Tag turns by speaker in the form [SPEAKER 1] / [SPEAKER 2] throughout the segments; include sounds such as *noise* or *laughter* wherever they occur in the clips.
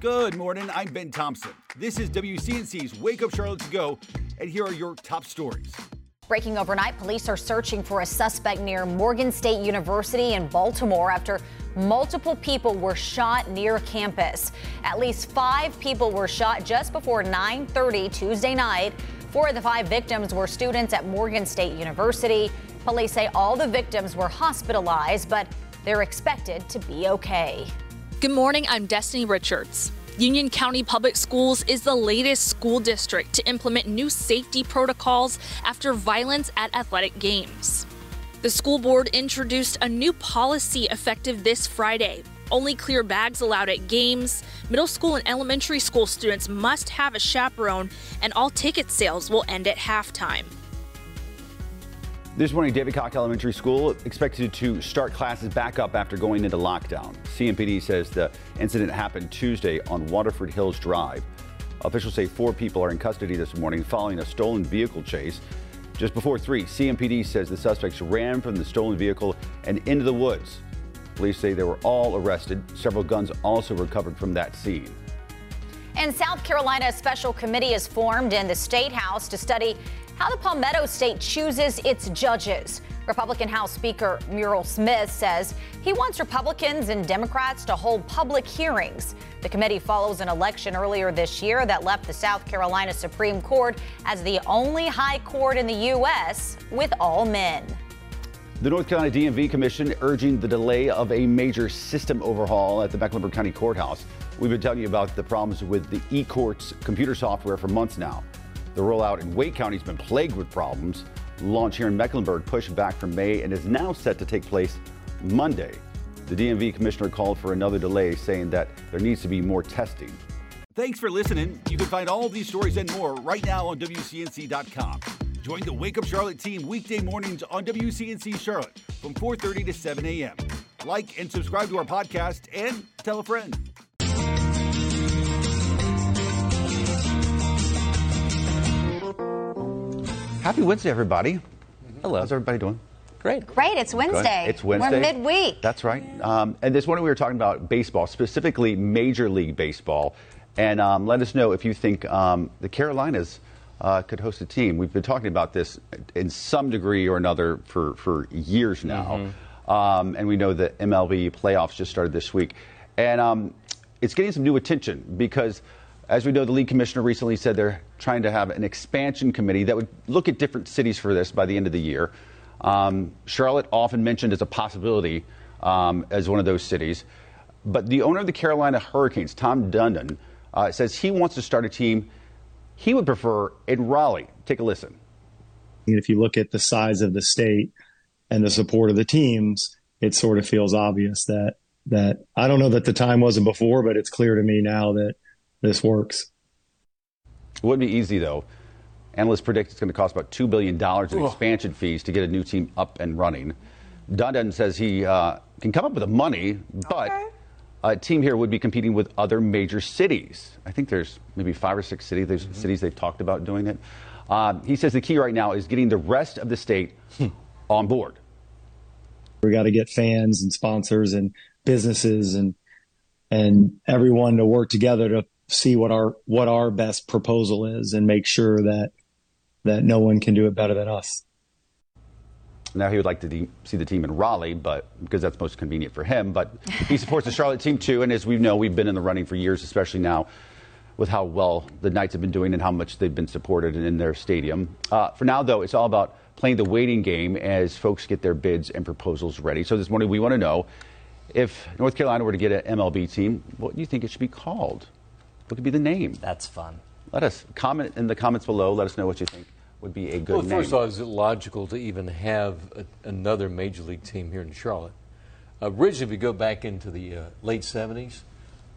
[SPEAKER 1] Good morning. I'm Ben Thompson. This is WCNC's Wake Up Charlotte to Go, and here are your top stories.
[SPEAKER 2] Breaking overnight, police are searching for a suspect near Morgan State University in Baltimore after multiple people were shot near campus. At least five people were shot just before 9:30 Tuesday night. Four of the five victims were students at Morgan State University. Police say all the victims were hospitalized, but they're expected to be okay.
[SPEAKER 3] Good morning, I'm Destiny Richards. Union County Public Schools is the latest school district to implement new safety protocols after violence at athletic games. The school board introduced a new policy effective this Friday. Only clear bags allowed at games. Middle school and elementary school students must have a chaperone, and all ticket sales will end at halftime.
[SPEAKER 1] This morning, David Koch Elementary School expected to start classes back up after going into lockdown. CMPD says the incident happened Tuesday on Waterford Hills Drive. Officials say four people are in custody this morning following a stolen vehicle chase. Just before 3, CMPD says the suspects ran from the stolen vehicle and into the woods. Police say they were all arrested. Several guns also recovered from that scene.
[SPEAKER 2] In South Carolina, a special committee is formed in the State House to study how the Palmetto State chooses its judges. Republican House Speaker Muriel Smith says he wants Republicans and Democrats to hold public hearings. The committee follows an election earlier this year that left the South Carolina Supreme Court as the only high court in the U.S. with all men.
[SPEAKER 1] The North Carolina DMV Commission urging the delay of a major system overhaul at the Mecklenburg County Courthouse. We've been telling you about the problems with the eCourts computer software for months now. The rollout in Wake County has been plagued with problems. Launch here in Mecklenburg pushed back for May and is now set to take place Monday. The DMV commissioner called for another delay, saying that there needs to be more testing. Thanks for listening. You can find all these stories and more right now on WCNC.com. Join the Wake Up Charlotte team weekday mornings on WCNC Charlotte from 4:30 to 7 a.m. Like and subscribe to our podcast and tell a friend. Happy Wednesday, everybody. Hello. How's everybody doing?
[SPEAKER 4] Great.
[SPEAKER 2] Great. It's Wednesday.
[SPEAKER 1] Good. It's Wednesday.
[SPEAKER 2] We're midweek.
[SPEAKER 1] That's right. Um, and this morning we were talking about baseball, specifically Major League Baseball. And um, let us know if you think um, the Carolinas uh, could host a team. We've been talking about this in some degree or another for, for years now. Um, and we know the MLB playoffs just started this week. And um, it's getting some new attention because, as we know, the league commissioner recently said they're trying to have an expansion committee that would look at different cities for this by the end of the year. Um, Charlotte often mentioned as a possibility um, as one of those cities. But the owner of the Carolina Hurricanes, Tom Dundon, uh, says he wants to start a team he would prefer in Raleigh. Take a listen.
[SPEAKER 5] And if you look at the size of the state and the support of the teams, it sort of feels obvious that that I don't know that the time wasn't before, but it's clear to me now that this works.
[SPEAKER 1] It wouldn't be easy, though. Analysts predict it's going to cost about $2 billion in expansion fees to get a new team up and running. Dundon says he uh, can come up with the money, but a team here would be competing with other major cities. I think there's maybe five or six cities, there's cities they've talked about doing it. Um, he says the key right now is getting the rest of the state on board.
[SPEAKER 5] We got to get fans and sponsors and businesses and and everyone to work together to see what our what our best proposal is and make sure that that no one can do it better than us.
[SPEAKER 1] Now he would like to de- see the team in Raleigh, but because that's most convenient for him. But he supports the Charlotte team too, and as we know, we've been in the running for years, especially now with how well the Knights have been doing and how much they've been supported in their stadium. Uh, for now, though, it's all about playing the waiting game as folks get their bids and proposals ready. So this morning, we want to know if North Carolina were to get an MLB team, what do you think it should be called? What could be the name?
[SPEAKER 4] That's fun.
[SPEAKER 1] Let us comment in the comments below. Let us know what you think would be a good
[SPEAKER 6] Well,
[SPEAKER 1] name.
[SPEAKER 6] first of all, is it logical to even have a, another major league team here in Charlotte? Originally, if you go back into the
[SPEAKER 4] Mm-hmm.
[SPEAKER 6] uh, late 70s,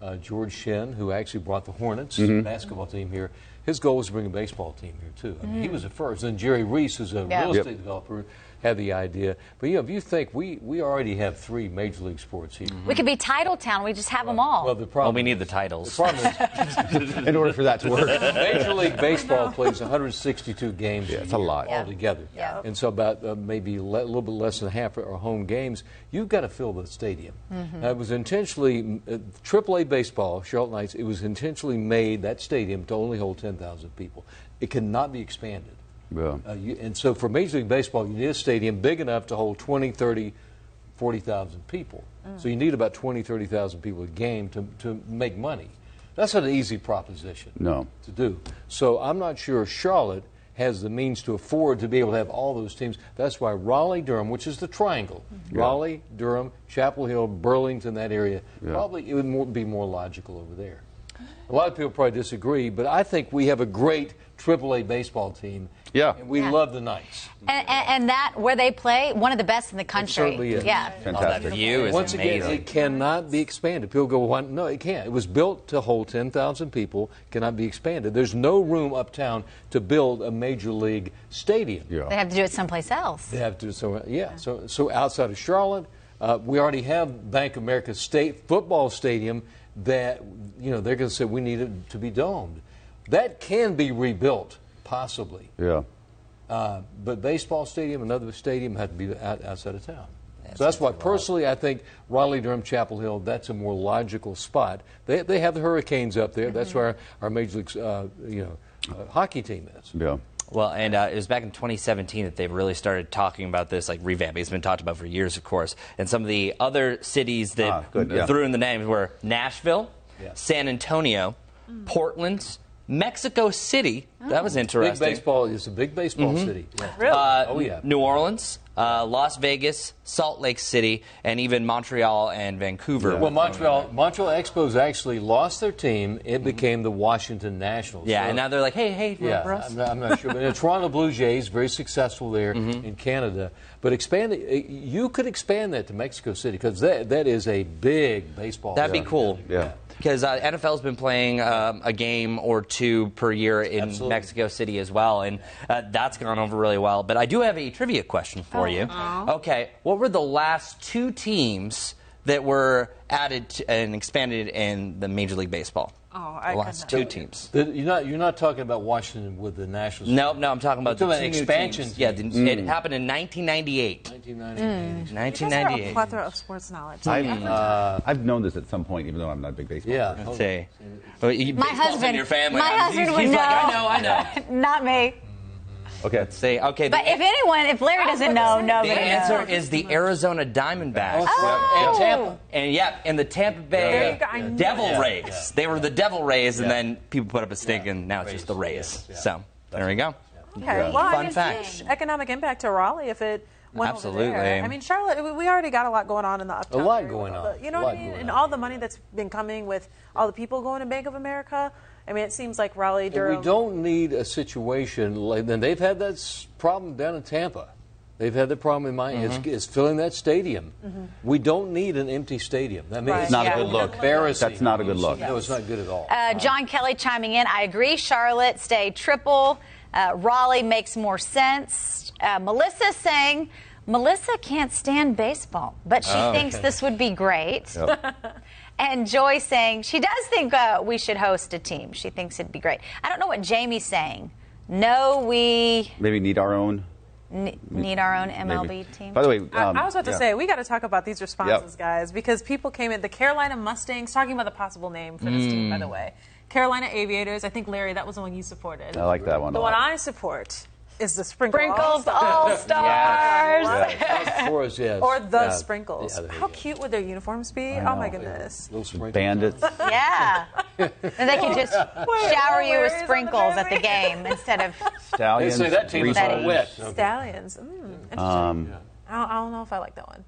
[SPEAKER 6] uh, George Shen, who actually brought the Hornets basketball team here, His goal was to bring a baseball team here too. I mean, He was at first. Then Jerry Reese, who's a
[SPEAKER 2] Yeah.
[SPEAKER 6] real
[SPEAKER 2] Yep.
[SPEAKER 6] estate developer, had the idea. But you know, if you think we we already have three major league sports here.
[SPEAKER 2] We could be Title Town. We just have them all.
[SPEAKER 6] Well, the problem.
[SPEAKER 4] Well, we need the
[SPEAKER 6] the
[SPEAKER 4] titles.
[SPEAKER 6] problem
[SPEAKER 4] *laughs*
[SPEAKER 6] is
[SPEAKER 1] in order for that to
[SPEAKER 6] *laughs*
[SPEAKER 1] work.
[SPEAKER 6] Major League Baseball plays 162 games
[SPEAKER 1] Yeah, it's a lot. Yeah.
[SPEAKER 6] altogether.
[SPEAKER 2] Yeah.
[SPEAKER 6] And so about uh, maybe a little bit less than half are home games. You've got to fill the stadium.
[SPEAKER 1] Mm-hmm.
[SPEAKER 6] Now, it was intentionally, uh, AAA baseball, Charlotte Knights, it was intentionally made, that stadium, to only hold 10,000 people. It cannot be expanded.
[SPEAKER 1] Yeah.
[SPEAKER 6] Uh, you, and so for Major League Baseball, you need a stadium big enough to hold 20, 30, 40,000 people. So you need about 20, 30,000 people a game to, to make money. That's not an easy proposition
[SPEAKER 1] No.
[SPEAKER 6] to do. So I'm not sure Charlotte has the means to afford to be able to have all those teams. That's why Raleigh Durham, which is the triangle, Raleigh, Durham, Chapel Hill, Burlington, that area, probably it would more, be more logical over there. A lot of people probably disagree, but I think we have a great AAA baseball team.
[SPEAKER 1] Yeah.
[SPEAKER 6] And we
[SPEAKER 2] Yeah.
[SPEAKER 6] love the Knights.
[SPEAKER 2] and, and, and that where they play, one of the best in the country.
[SPEAKER 6] certainly is.
[SPEAKER 2] Yeah.
[SPEAKER 4] Oh, that
[SPEAKER 1] Fantastic.
[SPEAKER 4] view is
[SPEAKER 6] Once again,
[SPEAKER 4] amazing.
[SPEAKER 6] it cannot be expanded. People go, Why? no, it can't. It was built to hold 10,000 people, cannot be expanded. There's no room uptown to build a major league stadium.
[SPEAKER 1] Yeah.
[SPEAKER 2] They have to do it someplace else.
[SPEAKER 6] They have to, so, yeah, so, so outside of Charlotte, uh, we already have Bank of America State Football Stadium that, you know, they're going to say we need it to be domed. That can be rebuilt, possibly.
[SPEAKER 1] Yeah.
[SPEAKER 6] Uh, but baseball stadium, another stadium, had to be out, outside of town. so that's why, personally, I think Raleigh, Durham, Chapel Hill, that's a more logical spot. They, they have the Hurricanes up there. That's where our, our major league, uh, you know, uh, hockey team is.
[SPEAKER 7] Hmm.
[SPEAKER 1] Yeah.
[SPEAKER 4] Well, and uh, it was back in 2017 that they really started talking about this, like revamping. It's been talked about for years, of course. And some of the other cities that
[SPEAKER 1] Ah, good, yeah.
[SPEAKER 4] threw in the names were Nashville,
[SPEAKER 6] Yeah.
[SPEAKER 4] San Antonio, Portland, Mexico City. That was
[SPEAKER 6] Big
[SPEAKER 4] interesting.
[SPEAKER 6] baseball is a big baseball city.
[SPEAKER 4] Really? Uh,
[SPEAKER 6] Oh, yeah.
[SPEAKER 4] New Orleans, uh, Las Vegas, Salt Lake City, and even Montreal and Vancouver.
[SPEAKER 6] Well, Montreal Montreal Expos actually lost their team. It became the Washington Nationals.
[SPEAKER 4] yeah,
[SPEAKER 6] So-
[SPEAKER 4] and now they're like, hey, hey, remember
[SPEAKER 6] yeah,
[SPEAKER 4] us?
[SPEAKER 6] I'm not, I'm not sure. But the Toronto Blue Jays, very successful there in Canada. But expand it- you could expand that to Mexico City because that, that is a big baseball.
[SPEAKER 4] That'd be
[SPEAKER 6] town.
[SPEAKER 4] cool.
[SPEAKER 1] Yeah.
[SPEAKER 4] Because uh, NFL's been playing um, a game or two per year in
[SPEAKER 6] Absolutely.
[SPEAKER 4] Mexico City as well, and uh, that's gone over really well. But I do have a trivia question for you.
[SPEAKER 2] Oh.
[SPEAKER 4] Okay, what were the last two teams that were added to, and expanded in the Major League Baseball? Oh,
[SPEAKER 7] I
[SPEAKER 4] the last two
[SPEAKER 7] couldn't-
[SPEAKER 4] teams.
[SPEAKER 6] The- You're not you're not talking about Washington with the Nationals.
[SPEAKER 4] No, no, I'm talking about
[SPEAKER 6] You're
[SPEAKER 4] the
[SPEAKER 6] talking
[SPEAKER 4] two
[SPEAKER 6] about expansion
[SPEAKER 4] teams. Yeah, the,
[SPEAKER 6] teams.
[SPEAKER 4] it happened in 1998.
[SPEAKER 6] 1998.
[SPEAKER 4] Mm.
[SPEAKER 7] You guys have a
[SPEAKER 4] 1998.
[SPEAKER 7] plethora of sports knowledge.
[SPEAKER 1] I've, uh, I've known this at some point, even though I'm not a big baseball.
[SPEAKER 6] Yeah.
[SPEAKER 4] Let's see. Well, you-
[SPEAKER 2] My
[SPEAKER 4] baseball's in
[SPEAKER 2] husband-
[SPEAKER 4] your family.
[SPEAKER 2] my
[SPEAKER 4] He's-
[SPEAKER 2] husband
[SPEAKER 4] he's
[SPEAKER 2] would
[SPEAKER 4] like,
[SPEAKER 2] know.
[SPEAKER 4] I know, I know.
[SPEAKER 2] Not me.
[SPEAKER 1] Okay.
[SPEAKER 4] Say, okay.
[SPEAKER 2] But
[SPEAKER 4] the-
[SPEAKER 2] if anyone, if Larry doesn't know, nobody
[SPEAKER 4] The
[SPEAKER 2] knows.
[SPEAKER 4] answer is the Arizona Diamondbacks.
[SPEAKER 6] Oh. And Tampa.
[SPEAKER 4] And yep, and the Tampa
[SPEAKER 6] There
[SPEAKER 4] Bay
[SPEAKER 6] you go. I knew
[SPEAKER 4] Devil
[SPEAKER 6] it. Yeah,
[SPEAKER 4] Rays.
[SPEAKER 6] yeah.
[SPEAKER 4] They were the Devil Rays, and
[SPEAKER 6] Yeah.
[SPEAKER 4] then people put up a stink, and now it's just the Rays.
[SPEAKER 6] Yes, yeah.
[SPEAKER 4] So there we go.
[SPEAKER 7] Okay. Well, I
[SPEAKER 4] Fun
[SPEAKER 7] mean,
[SPEAKER 4] fact.
[SPEAKER 7] huge economic impact to Raleigh if it went over
[SPEAKER 4] Absolutely.
[SPEAKER 7] there. I mean, Charlotte, we- we already got a lot going on in the uptown.
[SPEAKER 6] lot
[SPEAKER 7] area
[SPEAKER 6] going
[SPEAKER 7] with all
[SPEAKER 6] on.
[SPEAKER 7] the- you know
[SPEAKER 6] A
[SPEAKER 7] what I
[SPEAKER 6] lot
[SPEAKER 7] mean?
[SPEAKER 6] going
[SPEAKER 7] And
[SPEAKER 6] on.
[SPEAKER 7] all the money that's been coming with all the people going to Bank of America. I mean, it seems like Raleigh, Durham.
[SPEAKER 6] We don't need a situation like then they've had that s- problem down in Tampa. They've had the problem in Miami. It's, it's filling that stadium. We don't need an empty stadium. That means
[SPEAKER 7] Right.
[SPEAKER 6] it's
[SPEAKER 1] Not a
[SPEAKER 6] so
[SPEAKER 1] good look.
[SPEAKER 6] Embarrassing.
[SPEAKER 1] That's not a good look.
[SPEAKER 6] No, it's not good at all.
[SPEAKER 2] Uh, John Kelly chiming in. I agree. Charlotte stay triple. Uh, Raleigh makes more sense. Uh, Melissa saying Melissa can't stand baseball, but she
[SPEAKER 1] Oh.
[SPEAKER 2] thinks this would be great. *laughs* and Joy saying she does think uh, we should host a team. She thinks it'd be great. I don't know what Jamie's saying. No, we
[SPEAKER 1] Maybe need our own.
[SPEAKER 2] n- need our own MLB
[SPEAKER 1] maybe.
[SPEAKER 2] team.
[SPEAKER 1] By the way,
[SPEAKER 7] I-
[SPEAKER 1] um,
[SPEAKER 7] I was about to
[SPEAKER 1] yeah.
[SPEAKER 7] say we got to talk about these responses,
[SPEAKER 1] Yep.
[SPEAKER 7] guys, because people came in. The Carolina Mustangs talking about the possible name for this team, by
[SPEAKER 1] Mm.
[SPEAKER 7] the way. Carolina Aviators. I think Larry, that was the one you supported.
[SPEAKER 1] I like that one.
[SPEAKER 7] the
[SPEAKER 1] a
[SPEAKER 7] one
[SPEAKER 1] lot.
[SPEAKER 7] I support is the Sprinkle
[SPEAKER 2] Sprinkles
[SPEAKER 7] All-Stars.
[SPEAKER 2] All Stars.
[SPEAKER 6] Yeah. For us, yes.
[SPEAKER 7] or the
[SPEAKER 6] Yeah.
[SPEAKER 7] Sprinkles.
[SPEAKER 6] Yeah, there you
[SPEAKER 7] How
[SPEAKER 6] go.
[SPEAKER 7] cute would their uniforms be? Oh my
[SPEAKER 1] know.
[SPEAKER 7] goodness.
[SPEAKER 6] Little sprinkles.
[SPEAKER 7] *laughs*
[SPEAKER 1] Bandits.
[SPEAKER 2] Yeah. and they could just shower you
[SPEAKER 7] where
[SPEAKER 2] with
[SPEAKER 7] is on the
[SPEAKER 2] sprinkles at the
[SPEAKER 7] jersey?
[SPEAKER 2] game instead of.
[SPEAKER 6] They
[SPEAKER 1] Stallions.
[SPEAKER 6] say that team's
[SPEAKER 1] Reese's.
[SPEAKER 6] not wet.
[SPEAKER 7] Stallions. Mm, interesting.
[SPEAKER 1] Um,
[SPEAKER 7] I, don't, I don't know if I like that one.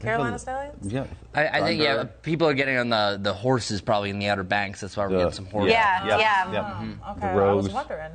[SPEAKER 7] Carolina Stallions.
[SPEAKER 1] Mm-hmm. Yeah.
[SPEAKER 4] I, I think yeah,
[SPEAKER 1] Thunder.
[SPEAKER 4] people are getting on the, the horses probably in the Outer Banks. That's why we're
[SPEAKER 1] The-
[SPEAKER 4] getting some horses.
[SPEAKER 2] Yeah,
[SPEAKER 1] Yep,
[SPEAKER 2] yeah. Mm-hmm.
[SPEAKER 1] yep.
[SPEAKER 7] Mm,
[SPEAKER 1] Mm-hmm.
[SPEAKER 7] Okay,
[SPEAKER 1] The
[SPEAKER 7] I was
[SPEAKER 1] Rogues.
[SPEAKER 7] wondering.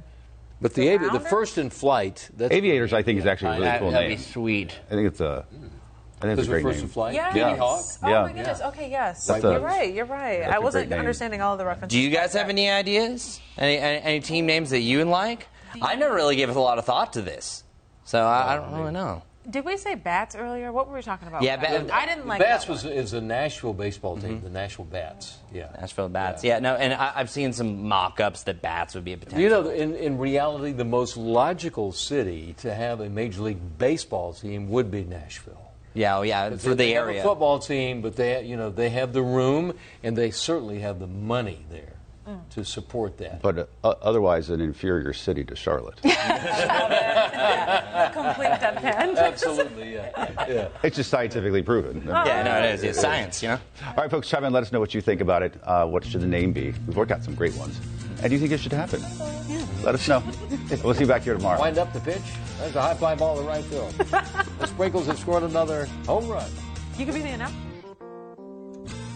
[SPEAKER 6] But the, avi- the
[SPEAKER 7] Rounders?
[SPEAKER 6] first in flight. That's
[SPEAKER 1] Aviators, I think, is actually a really
[SPEAKER 4] That,
[SPEAKER 1] cool
[SPEAKER 4] would be
[SPEAKER 1] name.
[SPEAKER 4] sweet.
[SPEAKER 1] I think it's a. I think it's
[SPEAKER 6] Those
[SPEAKER 1] a
[SPEAKER 6] were
[SPEAKER 1] great
[SPEAKER 6] first
[SPEAKER 1] name.
[SPEAKER 6] to fly.
[SPEAKER 7] Yes.
[SPEAKER 6] Kitty Hawk.
[SPEAKER 7] Oh
[SPEAKER 1] Yeah.
[SPEAKER 7] my goodness. Okay, yes.
[SPEAKER 1] That's
[SPEAKER 7] you're
[SPEAKER 1] a-
[SPEAKER 7] right. You're right.
[SPEAKER 1] that's
[SPEAKER 7] I
[SPEAKER 1] a
[SPEAKER 7] wasn't
[SPEAKER 1] great name.
[SPEAKER 7] understanding all of the references.
[SPEAKER 4] Do you guys have any ideas? Any, any, any team names that you like? I never really gave a lot of thought to this, so I, I don't really know.
[SPEAKER 7] Did we say bats earlier? What were we talking about?
[SPEAKER 4] Yeah,
[SPEAKER 7] with that?
[SPEAKER 4] bat-
[SPEAKER 7] I didn't like
[SPEAKER 6] Bats
[SPEAKER 7] that one.
[SPEAKER 6] was is a Nashville baseball team,
[SPEAKER 1] Mm-hmm.
[SPEAKER 6] the Nashville Bats. Yeah.
[SPEAKER 4] Nashville Bats. Yeah, no, and I, I've seen some mock-ups that bats would be a potential.
[SPEAKER 6] You know, in, in reality, the most logical city to have a Major League Baseball team would be Nashville.
[SPEAKER 4] yeah,
[SPEAKER 1] Uh,
[SPEAKER 4] oh, yeah, for
[SPEAKER 6] They
[SPEAKER 4] the
[SPEAKER 6] have
[SPEAKER 4] area.
[SPEAKER 6] a football team, but they, you know, they have the room and they certainly have the money there
[SPEAKER 7] Mm.
[SPEAKER 6] to support that.
[SPEAKER 1] But uh, otherwise, an inferior city to
[SPEAKER 2] *laughs*
[SPEAKER 1] Charlotte.
[SPEAKER 7] complete deadpan.
[SPEAKER 6] Absolutely, yeah.
[SPEAKER 1] it's just scientifically proven.
[SPEAKER 4] Yeah, no, it is. It's science, you know.
[SPEAKER 1] All right, folks, chime in. Let us know what you think about it. Uh, what should the name be? We've got some great ones. And do you think it should happen? Let us know. we'll see you back here tomorrow.
[SPEAKER 6] Wind up the pitch. That's a high fly ball to right field. the Sprinkles have scored another home run.
[SPEAKER 7] *laughs* You could be the announcer.